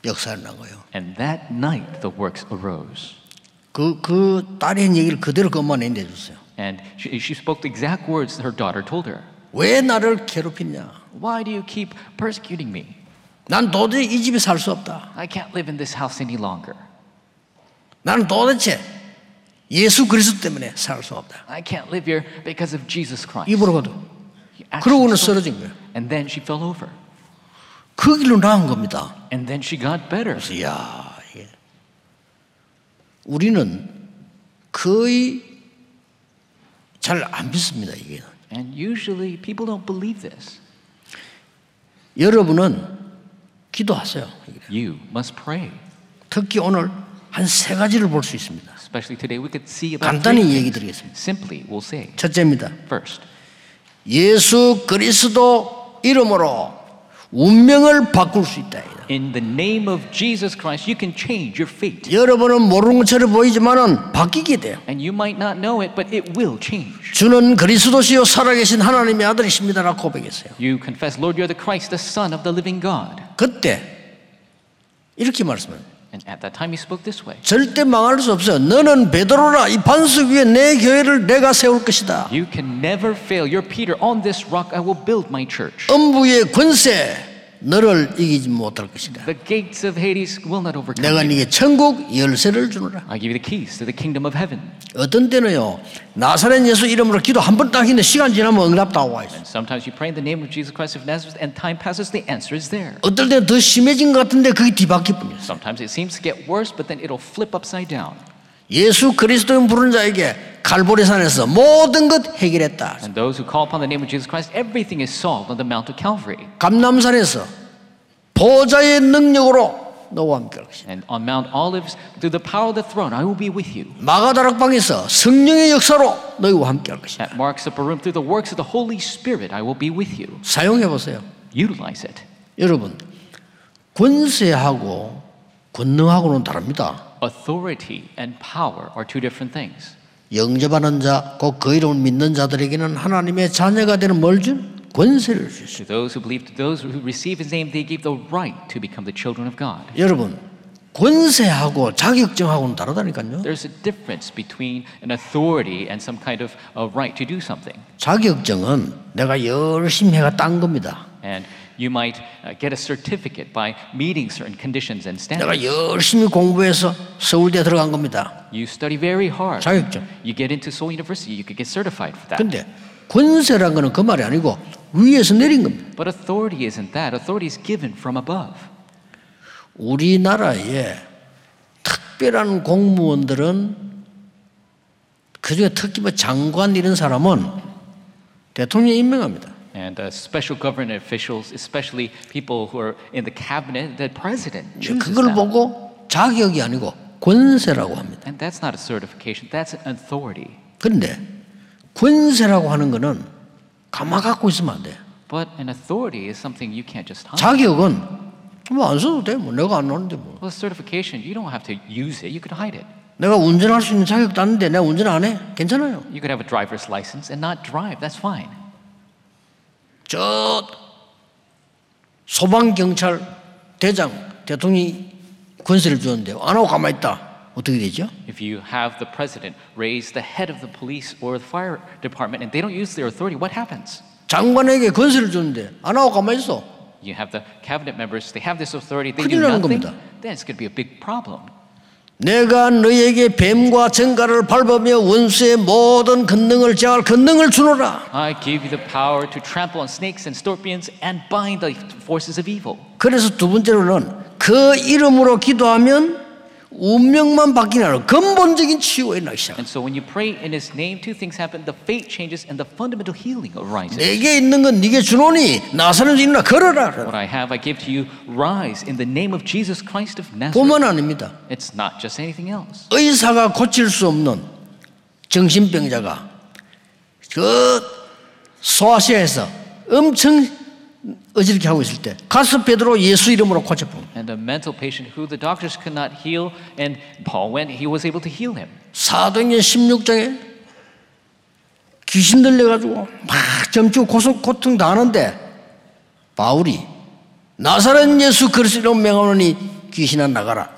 [SPEAKER 1] 역사를 난 거예요.
[SPEAKER 2] And that night, the works arose.
[SPEAKER 1] 그, 그 딸이 한 얘기를 그대로 그 엄마 내내 줬어요.
[SPEAKER 2] And she, she spoke the exact words her daughter told her
[SPEAKER 1] 왜 나를 괴롭히냐?
[SPEAKER 2] Why do you keep persecuting me?
[SPEAKER 1] 난 도저히 이 집에 살 수 없다.
[SPEAKER 2] I can't live in this house any longer.
[SPEAKER 1] 나는 도대체 예수 그리스도 때문에 살 수 없다.
[SPEAKER 2] I can't live here because of Jesus Christ.
[SPEAKER 1] 입으로 가도.
[SPEAKER 2] She actually
[SPEAKER 1] 그러고는
[SPEAKER 2] spoke-
[SPEAKER 1] 쓰러진 거예요.
[SPEAKER 2] And then she fell over.
[SPEAKER 1] 그 길로 나은 겁니다.
[SPEAKER 2] And then she got better.
[SPEAKER 1] 이야, 이게. 우리는 거의 잘 안 믿습니다, 이게.
[SPEAKER 2] And usually people don't believe this.
[SPEAKER 1] 여러분은 기도하세요.
[SPEAKER 2] You must pray.
[SPEAKER 1] 특히 오늘 한 세 가지를 볼 수 있습니다.
[SPEAKER 2] Especially today, we could see about three
[SPEAKER 1] 간단히 얘기
[SPEAKER 2] things.
[SPEAKER 1] 드리겠습니다.
[SPEAKER 2] Simply, we'll say
[SPEAKER 1] 첫째입니다.
[SPEAKER 2] first,
[SPEAKER 1] 예수 그리스도 이름으로 운명을 바꿀 수 있다.
[SPEAKER 2] in the name of Jesus Christ, you can change your fate.
[SPEAKER 1] 여러분은 모르는 것처럼 보이지만은 바뀌게 돼요.
[SPEAKER 2] And you might not know it, but it will change.
[SPEAKER 1] 주는 그리스도시요 살아계신 하나님의 아들이십니다라고 고백했어요.
[SPEAKER 2] You confess, Lord, you're the Christ, the Son of the living God.
[SPEAKER 1] 그때 이렇게 말씀해요.
[SPEAKER 2] And at that time, he spoke this way
[SPEAKER 1] 절대 망할 수 없어요. 너는 베드로라 이 반석 위에 내 교회를 내가 세울 것이다.
[SPEAKER 2] You can never fail. You're Peter. On this rock, I will build my church.
[SPEAKER 1] 음부의 권세 너를 이기지 못할 것이다.
[SPEAKER 2] The gates of Hades will not
[SPEAKER 1] 내가
[SPEAKER 2] overcome you.
[SPEAKER 1] 네게 천국 열쇠를 주노라.
[SPEAKER 2] I give you the keys to the kingdom of heaven.
[SPEAKER 1] 어떤 때는요 나사렛 예수 이름으로 기도 한 번 딱 했는데 시간 지나면 응답 다 와 있어.
[SPEAKER 2] And sometimes you pray in the name of Jesus Christ of Nazareth, and time passes, the answer is there.
[SPEAKER 1] 어떨 때는 더 심해진 것 같은데 그게 뒤바뀌뿐이었어.
[SPEAKER 2] Sometimes it seems to get worse, but then it'll flip upside down.
[SPEAKER 1] 예수 그리스도인 부른 자에게 갈보리산에서 모든 것 해결했다.
[SPEAKER 2] And those who call upon the name of Jesus Christ, everything is solved on the Mount of Calvary.
[SPEAKER 1] 감남산에서 보좌의 능력으로 너와 함께 할 것이다.
[SPEAKER 2] And on Mount Olives, through the power of the throne, I will be with you.
[SPEAKER 1] 마가다락방에서 성령의 역사로 너희와 함께 할 것이다.
[SPEAKER 2] At Mark's upper room, through the works of the Holy Spirit, I will be with you.
[SPEAKER 1] 사용해 보세요.
[SPEAKER 2] Utilize it.
[SPEAKER 1] 여러분 권세하고 권능하고는 다릅니다.
[SPEAKER 2] Authority and power are two different things.
[SPEAKER 1] 영접하는 자, 곧 그 이름을 믿는 자들에게는 하나님의 자녀가 되는 뭘 준? 권세를 주시오.
[SPEAKER 2] To those who believe, to those who receive his name, they give the right to become the children of God.
[SPEAKER 1] 여러분, 권세하고 자격증하고는 다르다니까요.
[SPEAKER 2] There's a difference between an authority and some kind of a right to do something.
[SPEAKER 1] 자격증은 내가 열심히 해가 딴 겁니다.
[SPEAKER 2] And you might uh, get a certificate by meeting certain conditions and standards.
[SPEAKER 1] 내가 열심히 공부해서 서울대 들어간 겁니다.
[SPEAKER 2] You study very hard.
[SPEAKER 1] 자격증.
[SPEAKER 2] You get into Seoul University, you could get certified for that.
[SPEAKER 1] 근데 권세란 거는 그 말이 아니고 위에서 내린 겁니다.
[SPEAKER 2] But authority isn't that. Authority is given from above.
[SPEAKER 1] 우리나라에 특별한 공무원들은 그중에 특히 뭐 장관 이런 사람은 대통령이 임명합니다.
[SPEAKER 2] And uh, special government officials, especially people who are in the cabinet, the president chooses
[SPEAKER 1] 그걸
[SPEAKER 2] them.
[SPEAKER 1] 보고 자격이 아니고 권세라고 합니다.
[SPEAKER 2] And that's not a certification, that's an authority.
[SPEAKER 1] 그런데 권세라고 하는 거는 가만 갖고 있으면 안 돼.
[SPEAKER 2] But an authority is something you can't just hide.
[SPEAKER 1] 자격은 뭐 안 써도 돼. 뭐 내가 안 하는데 뭐.
[SPEAKER 2] Well, a certification, you don't have to use it, you could hide it.
[SPEAKER 1] 내가 운전할 수 있는 자격도 아닌데 내가 운전 안 해. 괜찮아요.
[SPEAKER 2] You could have a driver's license and not drive, that's fine.
[SPEAKER 1] 저 소방 경찰 대장 대통령이 권세를 주는데 안 하고 가만 있다. 어떻게 되죠?
[SPEAKER 2] If you have the president raise the head of the police or the fire department and they don't use their authority, what happens?
[SPEAKER 1] 장관에게 권세를 주는데 안 하고 가만 있어.
[SPEAKER 2] You have the cabinet members, they have this authority, they
[SPEAKER 1] 큰일
[SPEAKER 2] do
[SPEAKER 1] 나는
[SPEAKER 2] nothing,
[SPEAKER 1] 겁니다.
[SPEAKER 2] then it's going to be a big problem.
[SPEAKER 1] 내가 너에게 뱀과 전갈을 밟으며 원수의 모든 권능을 제할 권능을 주노라.
[SPEAKER 2] I give you the power to trample on snakes and scorpions and bind the forces of evil.
[SPEAKER 1] 그래서 두 번째로는 그 이름으로 기도하면 운명만 바뀌는 아니라 근본적인 치유가 일어나기 시작합니다.
[SPEAKER 2] And so when you pray in his name, two things happen. The faith changes and the fundamental healing arises.
[SPEAKER 1] 내게 있는 건 네게 주노니 나사는 일어나 걸어라.
[SPEAKER 2] What I have, I give to you. Rise in the name of Jesus Christ of Nazareth.
[SPEAKER 1] 보면 아닙니다.
[SPEAKER 2] It's not just anything else.
[SPEAKER 1] 의사가 고칠 수 없는 정신병자가 그 소아시아에서 엄청 어지럽게 하고 있을 때 가서 베드로 예수 이름으로 고쳐봄.
[SPEAKER 2] And a mental patient who the doctors could not heal, and Paul went, he was able to heal him.
[SPEAKER 1] 사도행전 16장에 귀신 들려가지고 막 점치고 고속 고통 당하는데 바울이 나사렛 예수 그리스도로 명하노니 귀신아 나가라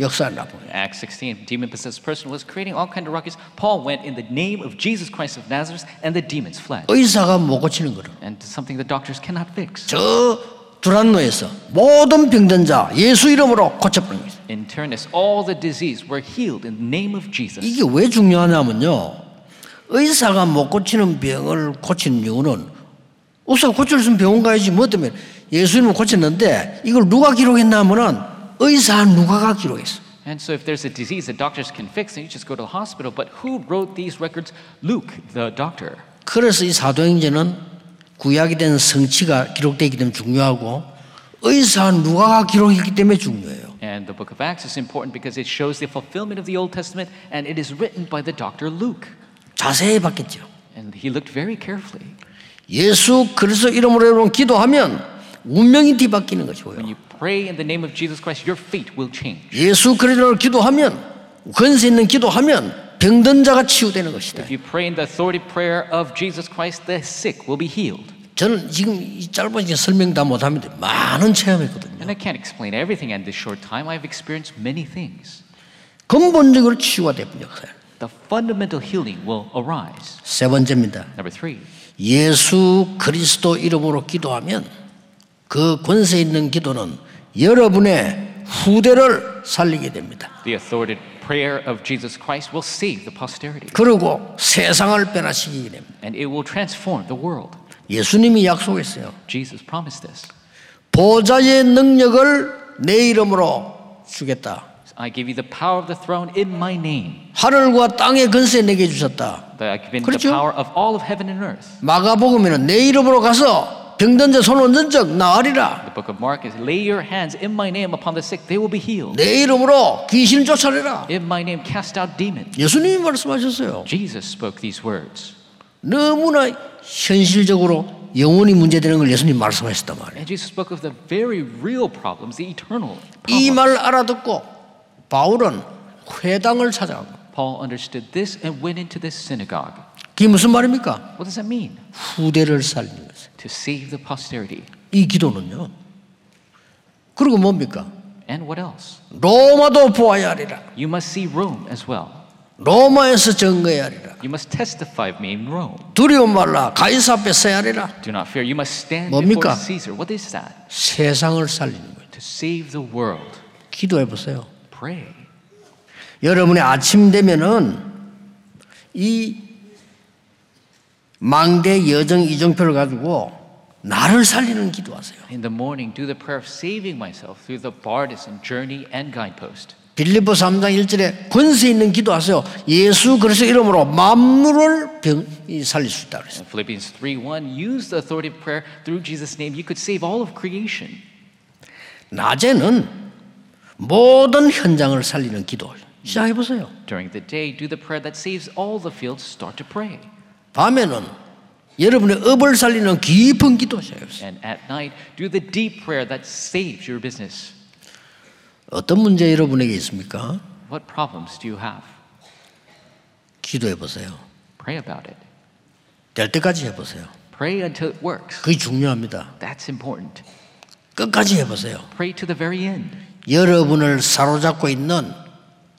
[SPEAKER 1] 역사 나보
[SPEAKER 2] Acts 16, demon possessed person was creating all kind of ruckus. Paul went in the name of Jesus Christ of Nazareth, and the demons fled.
[SPEAKER 1] 의사가 못 고치는 거를
[SPEAKER 2] And something the doctors cannot fix.
[SPEAKER 1] 저 두란노에서 모든 병든 자 예수 이름으로 고쳐버린 거예요.
[SPEAKER 2] Internists, all the disease were healed in the name of Jesus.
[SPEAKER 1] 이게 왜 중요하냐면요. 의사가 못 고치는 병을 고치는 이유는 의사가 고칠 수 있는 병원 가야지 뭐 때문에 예수님을 고쳤는데 이걸 누가 기록했냐면은 의사 누가가 기록했어.
[SPEAKER 2] And so, if there's a disease that doctors can fix, then you just go to the hospital. But who wrote these records? Luke, the doctor.
[SPEAKER 1] 그래서 이 사도행전은 구약이 된 성취가 기록되기 때문에 중요하고 의사 누가가 기록했기 때문에 중요해요.
[SPEAKER 2] And the book of Acts is important because it shows the fulfillment of the Old Testament, and it is written by the doctor Luke.
[SPEAKER 1] 자세히 봤겠죠.
[SPEAKER 2] And he looked very carefully.
[SPEAKER 1] 예수 그리스도 이름으로 여러분 기도하면 운명이 뒤바뀌는 것이고요.
[SPEAKER 2] When you pray in the name of Jesus Christ, your fate will change.
[SPEAKER 1] 예수 그리스도를 기도하면 권세 있는 기도하면 병든 자가 치유되는 것이다.
[SPEAKER 2] If you pray in the authority prayer of Jesus Christ, the sick will be healed.
[SPEAKER 1] 저는 지금 이 짧은 시간 설명 다 못합니다. 많은 체험했거든요.
[SPEAKER 2] And I can't explain everything in this short time. I've experienced many things.
[SPEAKER 1] 근본적으로 치유가 되는 역사예요.
[SPEAKER 2] The fundamental healing will arise.
[SPEAKER 1] 세 번째입니다.
[SPEAKER 2] Number three,
[SPEAKER 1] 예수 그리스도 이름으로 기도하면 그 권세 있는 기도는 여러분의 후대를 살리게 됩니다.
[SPEAKER 2] the authoritative prayer of Jesus Christ will save the posterity,
[SPEAKER 1] 그리고 세상을 변화시키게 됩니다.
[SPEAKER 2] and it will transform the world.
[SPEAKER 1] 예수님이 약속했어요.
[SPEAKER 2] Jesus promised this.
[SPEAKER 1] 보좌의 능력을 내 이름으로 주겠다.
[SPEAKER 2] I give you the power of the throne in my name.
[SPEAKER 1] 하늘과 땅의 근세 내게 주셨다.
[SPEAKER 2] That I give you the
[SPEAKER 1] 그렇죠.
[SPEAKER 2] power of all of heaven and earth.
[SPEAKER 1] 마가복음에는 내 이름으로 가서 병든 자 손 얹은 적 나으리라.
[SPEAKER 2] The book of Mark is lay your hands in my name upon the sick, they will be healed.
[SPEAKER 1] 내 이름으로 귀신 쫓아내라.
[SPEAKER 2] In my name, cast out demons.
[SPEAKER 1] 예수님이 말씀하셨어요.
[SPEAKER 2] Jesus spoke these words.
[SPEAKER 1] 너무나 현실적으로 영혼이 문제되는 걸 예수님 말씀하셨단 말이에요.
[SPEAKER 2] And Jesus spoke of the very real problems, the eternal
[SPEAKER 1] 이
[SPEAKER 2] problems.
[SPEAKER 1] 말을 알아듣고 바울은 회당을 찾아가고
[SPEAKER 2] Paul understood this and went into the synagogue.
[SPEAKER 1] 그게 무슨 말입니까?
[SPEAKER 2] What does that mean?
[SPEAKER 1] 후대를 살리는 것이.
[SPEAKER 2] To save the posterity.
[SPEAKER 1] 이 기도는요. 그리고 뭡니까?
[SPEAKER 2] And what else?
[SPEAKER 1] 로마도 보아야 하리라.
[SPEAKER 2] You must see Rome as well.
[SPEAKER 1] 로마에서 증거해야 하리라.
[SPEAKER 2] You must testify of me in Rome.
[SPEAKER 1] 두려움 말라. 가이사 앞에 서야 하리라.
[SPEAKER 2] Do not fear. You must stand
[SPEAKER 1] 뭡니까?
[SPEAKER 2] before Caesar. What is that?
[SPEAKER 1] 세상을 살리는 거예요.
[SPEAKER 2] To save the world.
[SPEAKER 1] 기도해 보세요.
[SPEAKER 2] Pray.
[SPEAKER 1] 여러분이 아침 되면은 이 망대 여정 이정표를 가지고 나를 살리는 기도하세요.
[SPEAKER 2] In the morning, do the prayer of saving myself through the bardism, journey, and guidepost.
[SPEAKER 1] 빌리포 3장 1절에 권세 있는 기도하세요. 예수 그리스도 이름으로 만물을 병, 이 살릴 수 있다 그랬어요.
[SPEAKER 2] In Philippians 3 1, use the authority of prayer through Jesus' name. You could save all of creation.
[SPEAKER 1] 낮에는 모든 현장을 살리는 기도 시작해 보세요.
[SPEAKER 2] During the day, do the prayer that saves all the fields. Start to pray.
[SPEAKER 1] 밤에는 여러분의 업을 살리는 깊은 기도 시작해 보세요.
[SPEAKER 2] And at night, do the deep prayer that saves your business.
[SPEAKER 1] 어떤 문제 여러분에게 있습니까?
[SPEAKER 2] What problems do you have?
[SPEAKER 1] 기도해 보세요.
[SPEAKER 2] Pray about it.
[SPEAKER 1] 될 때까지 해 보세요.
[SPEAKER 2] Pray until it works.
[SPEAKER 1] 그게 중요합니다.
[SPEAKER 2] That's important.
[SPEAKER 1] 끝까지 해 보세요.
[SPEAKER 2] Pray to the very end.
[SPEAKER 1] 여러분을 사로잡고 있는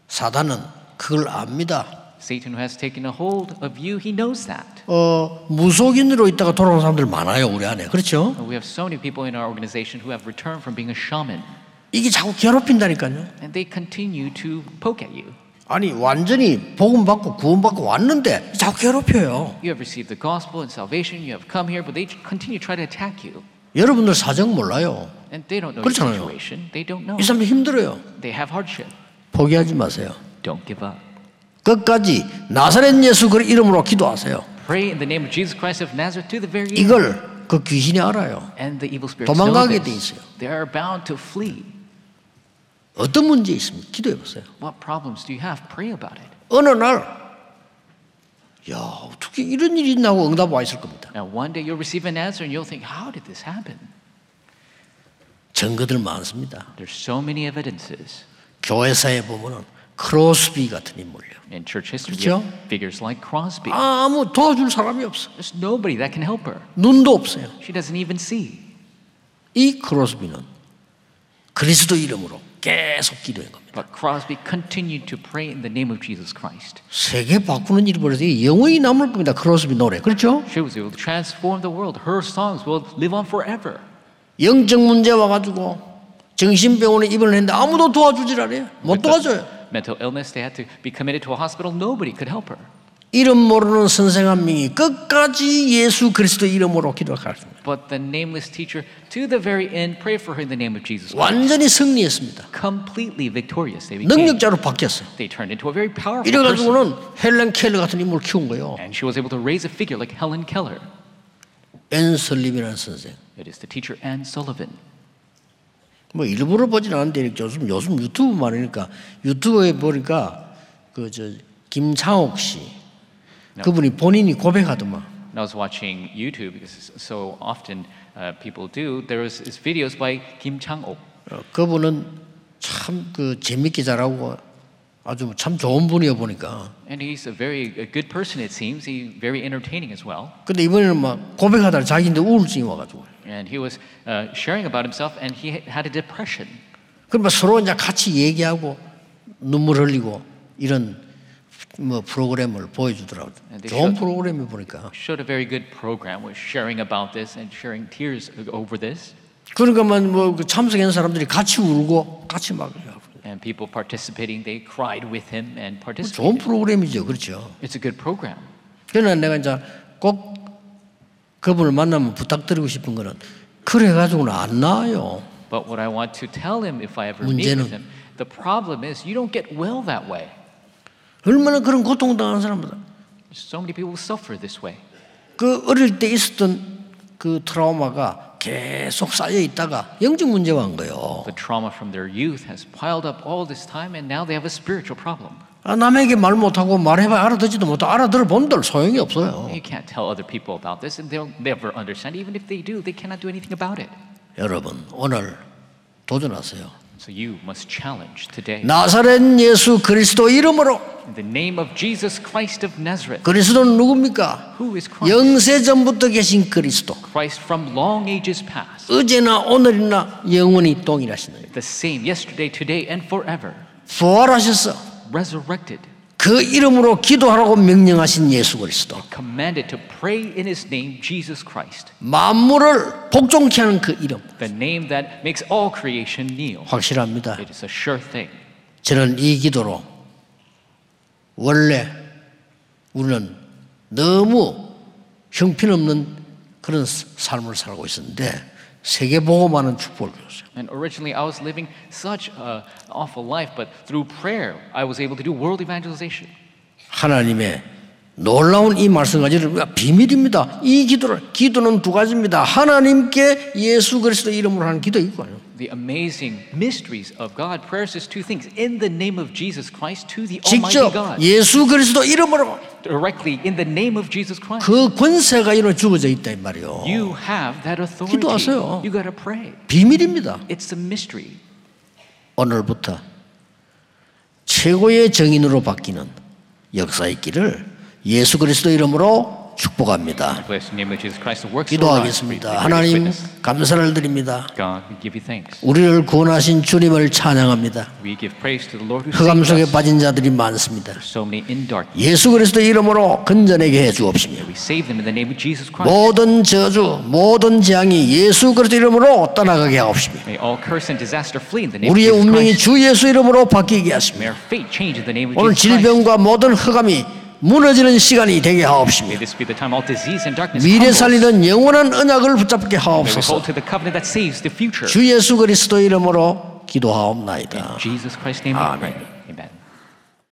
[SPEAKER 1] 사단은 그걸 압니다.
[SPEAKER 2] Satan who has taken a hold of you, he knows that.
[SPEAKER 1] 어, 무속인으로 있다가 돌아온 사람들 많아요, 우리 안에. 그렇죠?
[SPEAKER 2] We have so many people in our organization who have returned from being a shaman,
[SPEAKER 1] 이게 자꾸 괴롭힌다니까요.
[SPEAKER 2] and they continue to poke at you.
[SPEAKER 1] 아니 완전히 복음 받고 구원 받고 왔는데 자꾸 괴롭혀요.
[SPEAKER 2] You have received the gospel and salvation, you have come here, but they continue to try to attack you.
[SPEAKER 1] 여러분들 사정 몰라요.
[SPEAKER 2] And they don't know your
[SPEAKER 1] 그렇잖아요.
[SPEAKER 2] situation. They don't know.
[SPEAKER 1] 이 사람들 힘들어요.
[SPEAKER 2] They have hardship.
[SPEAKER 1] 포기하지 마세요.
[SPEAKER 2] Don't give up.
[SPEAKER 1] 끝까지 나사렛 예수 그 이름으로 기도하세요.
[SPEAKER 2] Pray in the name of Jesus Christ of Nazareth to the very end.
[SPEAKER 1] 이걸 그 귀신이 알아요.
[SPEAKER 2] And the evil spirits know
[SPEAKER 1] 도망가게 돼
[SPEAKER 2] this.
[SPEAKER 1] 있어요.
[SPEAKER 2] They are bound to flee.
[SPEAKER 1] 어떤 문제 있습니까? 기도해 보세요.
[SPEAKER 2] What problems do you have? Pray about it.
[SPEAKER 1] 어느 날, 야 어떻게 이런 일이 있나고 응답 와 있을 겁니다.
[SPEAKER 2] Now, one day you'll receive an answer and you'll think, How did this happen?
[SPEAKER 1] 증거들 많습니다.
[SPEAKER 2] There's so many evidences.
[SPEAKER 1] 교회사에 보면은 크로스비 같은 인물이요.
[SPEAKER 2] In church history,
[SPEAKER 1] 그렇죠?
[SPEAKER 2] you have figures like Crosby.
[SPEAKER 1] 아무 도와줄 사람이 없어.
[SPEAKER 2] There's nobody that can help her.
[SPEAKER 1] 눈도 없어요.
[SPEAKER 2] She doesn't even see.
[SPEAKER 1] 이 크로스비는 그리스도 이름으로 계속 기도한 겁니다.
[SPEAKER 2] But Crosby continued to pray in the name of Jesus Christ.
[SPEAKER 1] 세계 바꾸는 일이 벌어서 이게 영원히 남을 겁니다. 크로스비 노래. 그렇죠?
[SPEAKER 2] She was able to transform the world. Her songs will live on forever.
[SPEAKER 1] 영적 문제 와가지고 정신병원에 입원을 했는데 아무도 도와주질 않아요. 못
[SPEAKER 2] With the
[SPEAKER 1] 도와줘요.
[SPEAKER 2] Mental illness, they had to be committed to a hospital. Nobody could help her.
[SPEAKER 1] 이름 모르는 선생 한 명이 끝까지 예수 그리스도 이름으로 기도하겠습니다.
[SPEAKER 2] But the nameless teacher, to the very end, prayed for her in the name of Jesus Christ.
[SPEAKER 1] 완전히 승리했습니다.
[SPEAKER 2] Completely victorious, they became.
[SPEAKER 1] 능력자로 바뀌었어요.
[SPEAKER 2] They turned into a very powerful person.
[SPEAKER 1] 이래가지고는 헬렌 켈러 같은 인물을 키운 거예요.
[SPEAKER 2] And she was able to raise a figure like Helen Keller.
[SPEAKER 1] 앤슬림이라는 선생.
[SPEAKER 2] It is the teacher Anne Sullivan.
[SPEAKER 1] 뭐 일부러 보진 않는데 이렇게 요즘 요즘 유튜브 말이니까 유튜브에 보니까 그 저 김창옥 씨 그분이 본인이 고백하더만
[SPEAKER 2] And I was watching YouTube because so often uh, people do. There was is videos by Kim Chang Ok.
[SPEAKER 1] 어, 그분은 참 그 재밌게 잘하고 아주 뭐 참 좋은 분이야 보니까
[SPEAKER 2] And he's a very a good person, it seems. He's very entertaining as well.
[SPEAKER 1] 근데 이번에는 막 고백하다가 자기인데 우울증이 와가지고
[SPEAKER 2] And he was uh, sharing about himself, and he had a depression.
[SPEAKER 1] 그러면 그러니까 서로 이제 같이 얘기하고 눈물 흘리고 이런 뭐 프로그램을 보여주더라고
[SPEAKER 2] 네, 네,
[SPEAKER 1] 좋은
[SPEAKER 2] 저-
[SPEAKER 1] 프로그램이 보니까
[SPEAKER 2] Showed a very good program, was sharing about this and sharing tears over this.
[SPEAKER 1] 그러니까만 뭐그 참석한 사람들이 같이 울고 뭐 같이 막
[SPEAKER 2] And people participating, they cried with him and
[SPEAKER 1] 좋은
[SPEAKER 2] participated.
[SPEAKER 1] 프로그램이죠. 그렇죠.
[SPEAKER 2] It's a good program.
[SPEAKER 1] 그러나 내가 이제 꼭 그분을 만나면 부탁드리고 싶은 거는 그래 가지고는 안 나아요.
[SPEAKER 2] But what I want to tell him if I ever meet
[SPEAKER 1] 문제는-
[SPEAKER 2] with him, the problem is you don't get well that way.
[SPEAKER 1] 얼마나 그런 고통 당하는 사람보다
[SPEAKER 2] So many people suffer this way.
[SPEAKER 1] 그 어릴 때 있었던 그 트라우마가 계속 쌓여 있다가 영적 문제가 온 거예요.
[SPEAKER 2] The trauma from their youth has piled up all this time, and now they have a spiritual problem.
[SPEAKER 1] 아, 남에게 말 못하고 말해봐야 알아듣지도 못하고 알아들어 본들 소용이 없어요.
[SPEAKER 2] You can't tell other people about this, and they'll never understand. Even if they do, they cannot do anything about it.
[SPEAKER 1] 여러분 오늘 도전하세요.
[SPEAKER 2] So you must challenge today.
[SPEAKER 1] 나사렛 예수 그리스도 이름으로
[SPEAKER 2] In the name of Jesus Christ of Nazareth,
[SPEAKER 1] 그리스도는 누굽니까?
[SPEAKER 2] who is Christ?
[SPEAKER 1] 영세 전부터 계신 그리스도.
[SPEAKER 2] Christ from long ages past,
[SPEAKER 1] 어제나 오늘이나 영원히 동일하시네.
[SPEAKER 2] the same yesterday, today, and forever,
[SPEAKER 1] 부활하셨어.
[SPEAKER 2] resurrected,
[SPEAKER 1] 그 이름으로 기도하라고 명령하신 예수 그리스도.
[SPEAKER 2] commanded to pray in his name, Jesus Christ,
[SPEAKER 1] 만물을 복종케 하는 그 이름.
[SPEAKER 2] the name that makes all creation kneel.
[SPEAKER 1] 확실합니다.
[SPEAKER 2] It is a sure thing.
[SPEAKER 1] 저는 이 기도로 원래 우리는 너무 형편없는 그런 스- 삶을 살고 있었는데 세계 보고만은 축복을 주었어요.
[SPEAKER 2] And originally, I was living such an awful life, but through prayer, I was able to do world evangelization.
[SPEAKER 1] 하나님의 놀라운 이 말씀까지를 우리가 비밀입니다. 이 기도를 기도는 두 가지입니다. 하나님께 예수 그리스도 이름으로 하는 기도 이거예요.
[SPEAKER 2] The amazing mysteries of God. Prayer says two things in the name of Jesus Christ to the Almighty
[SPEAKER 1] 직접
[SPEAKER 2] Oh God.
[SPEAKER 1] 예수 그리스도 이름으로
[SPEAKER 2] Directly in the name of Jesus Christ.
[SPEAKER 1] 그 권세가 이로 주어져 있다 이 말이요.
[SPEAKER 2] You have that authority.
[SPEAKER 1] 기도하세요.
[SPEAKER 2] You got to pray.
[SPEAKER 1] 비밀입니다.
[SPEAKER 2] It's a mystery.
[SPEAKER 1] 오늘부터 최고의 정인으로 바뀌는 역사의 길을 예수 그리스도 이름으로 축복합니다.
[SPEAKER 2] Bless the name of Jesus Christ. The works of our lives. We
[SPEAKER 1] 기도하겠습니다.
[SPEAKER 2] bear
[SPEAKER 1] 하나님
[SPEAKER 2] witness.
[SPEAKER 1] 감사를 드립니다.
[SPEAKER 2] God, we give you thanks.
[SPEAKER 1] 우리를 구원하신 주님을 찬양합니다.
[SPEAKER 2] We give praise to the Lord who
[SPEAKER 1] 흑암
[SPEAKER 2] saved
[SPEAKER 1] 속에
[SPEAKER 2] us.
[SPEAKER 1] 빠진 자들이 많습니다.
[SPEAKER 2] So many in darkness.
[SPEAKER 1] 예수 그리스도 이름으로 근전하게 해 주옵시며
[SPEAKER 2] We save them in the name of Jesus Christ.
[SPEAKER 1] 모든 저주, 모든 재앙이 예수 그리스도 이름으로 떠나가게 하옵시며
[SPEAKER 2] May all curse and disaster flee in the name of
[SPEAKER 1] 우리의
[SPEAKER 2] Jesus
[SPEAKER 1] 운명이
[SPEAKER 2] Christ.
[SPEAKER 1] 주 예수 이름으로 바뀌게 하시며
[SPEAKER 2] May our fate change in the name
[SPEAKER 1] 오늘
[SPEAKER 2] of Jesus Christ.
[SPEAKER 1] 질병과 모든 흑암이 무너지는 시간이 되게 하옵시며
[SPEAKER 2] May this be the time all disease and darkness
[SPEAKER 1] 미래
[SPEAKER 2] crumbles.
[SPEAKER 1] 살리는 영원한 언약을 붙잡게
[SPEAKER 2] May we
[SPEAKER 1] 하옵소서.
[SPEAKER 2] hold to the covenant that saves the future.
[SPEAKER 1] 주 예수 그리스도 이름으로 기도하옵나이다.
[SPEAKER 2] Jesus Christ's name we
[SPEAKER 1] Amen.
[SPEAKER 2] pray. Amen.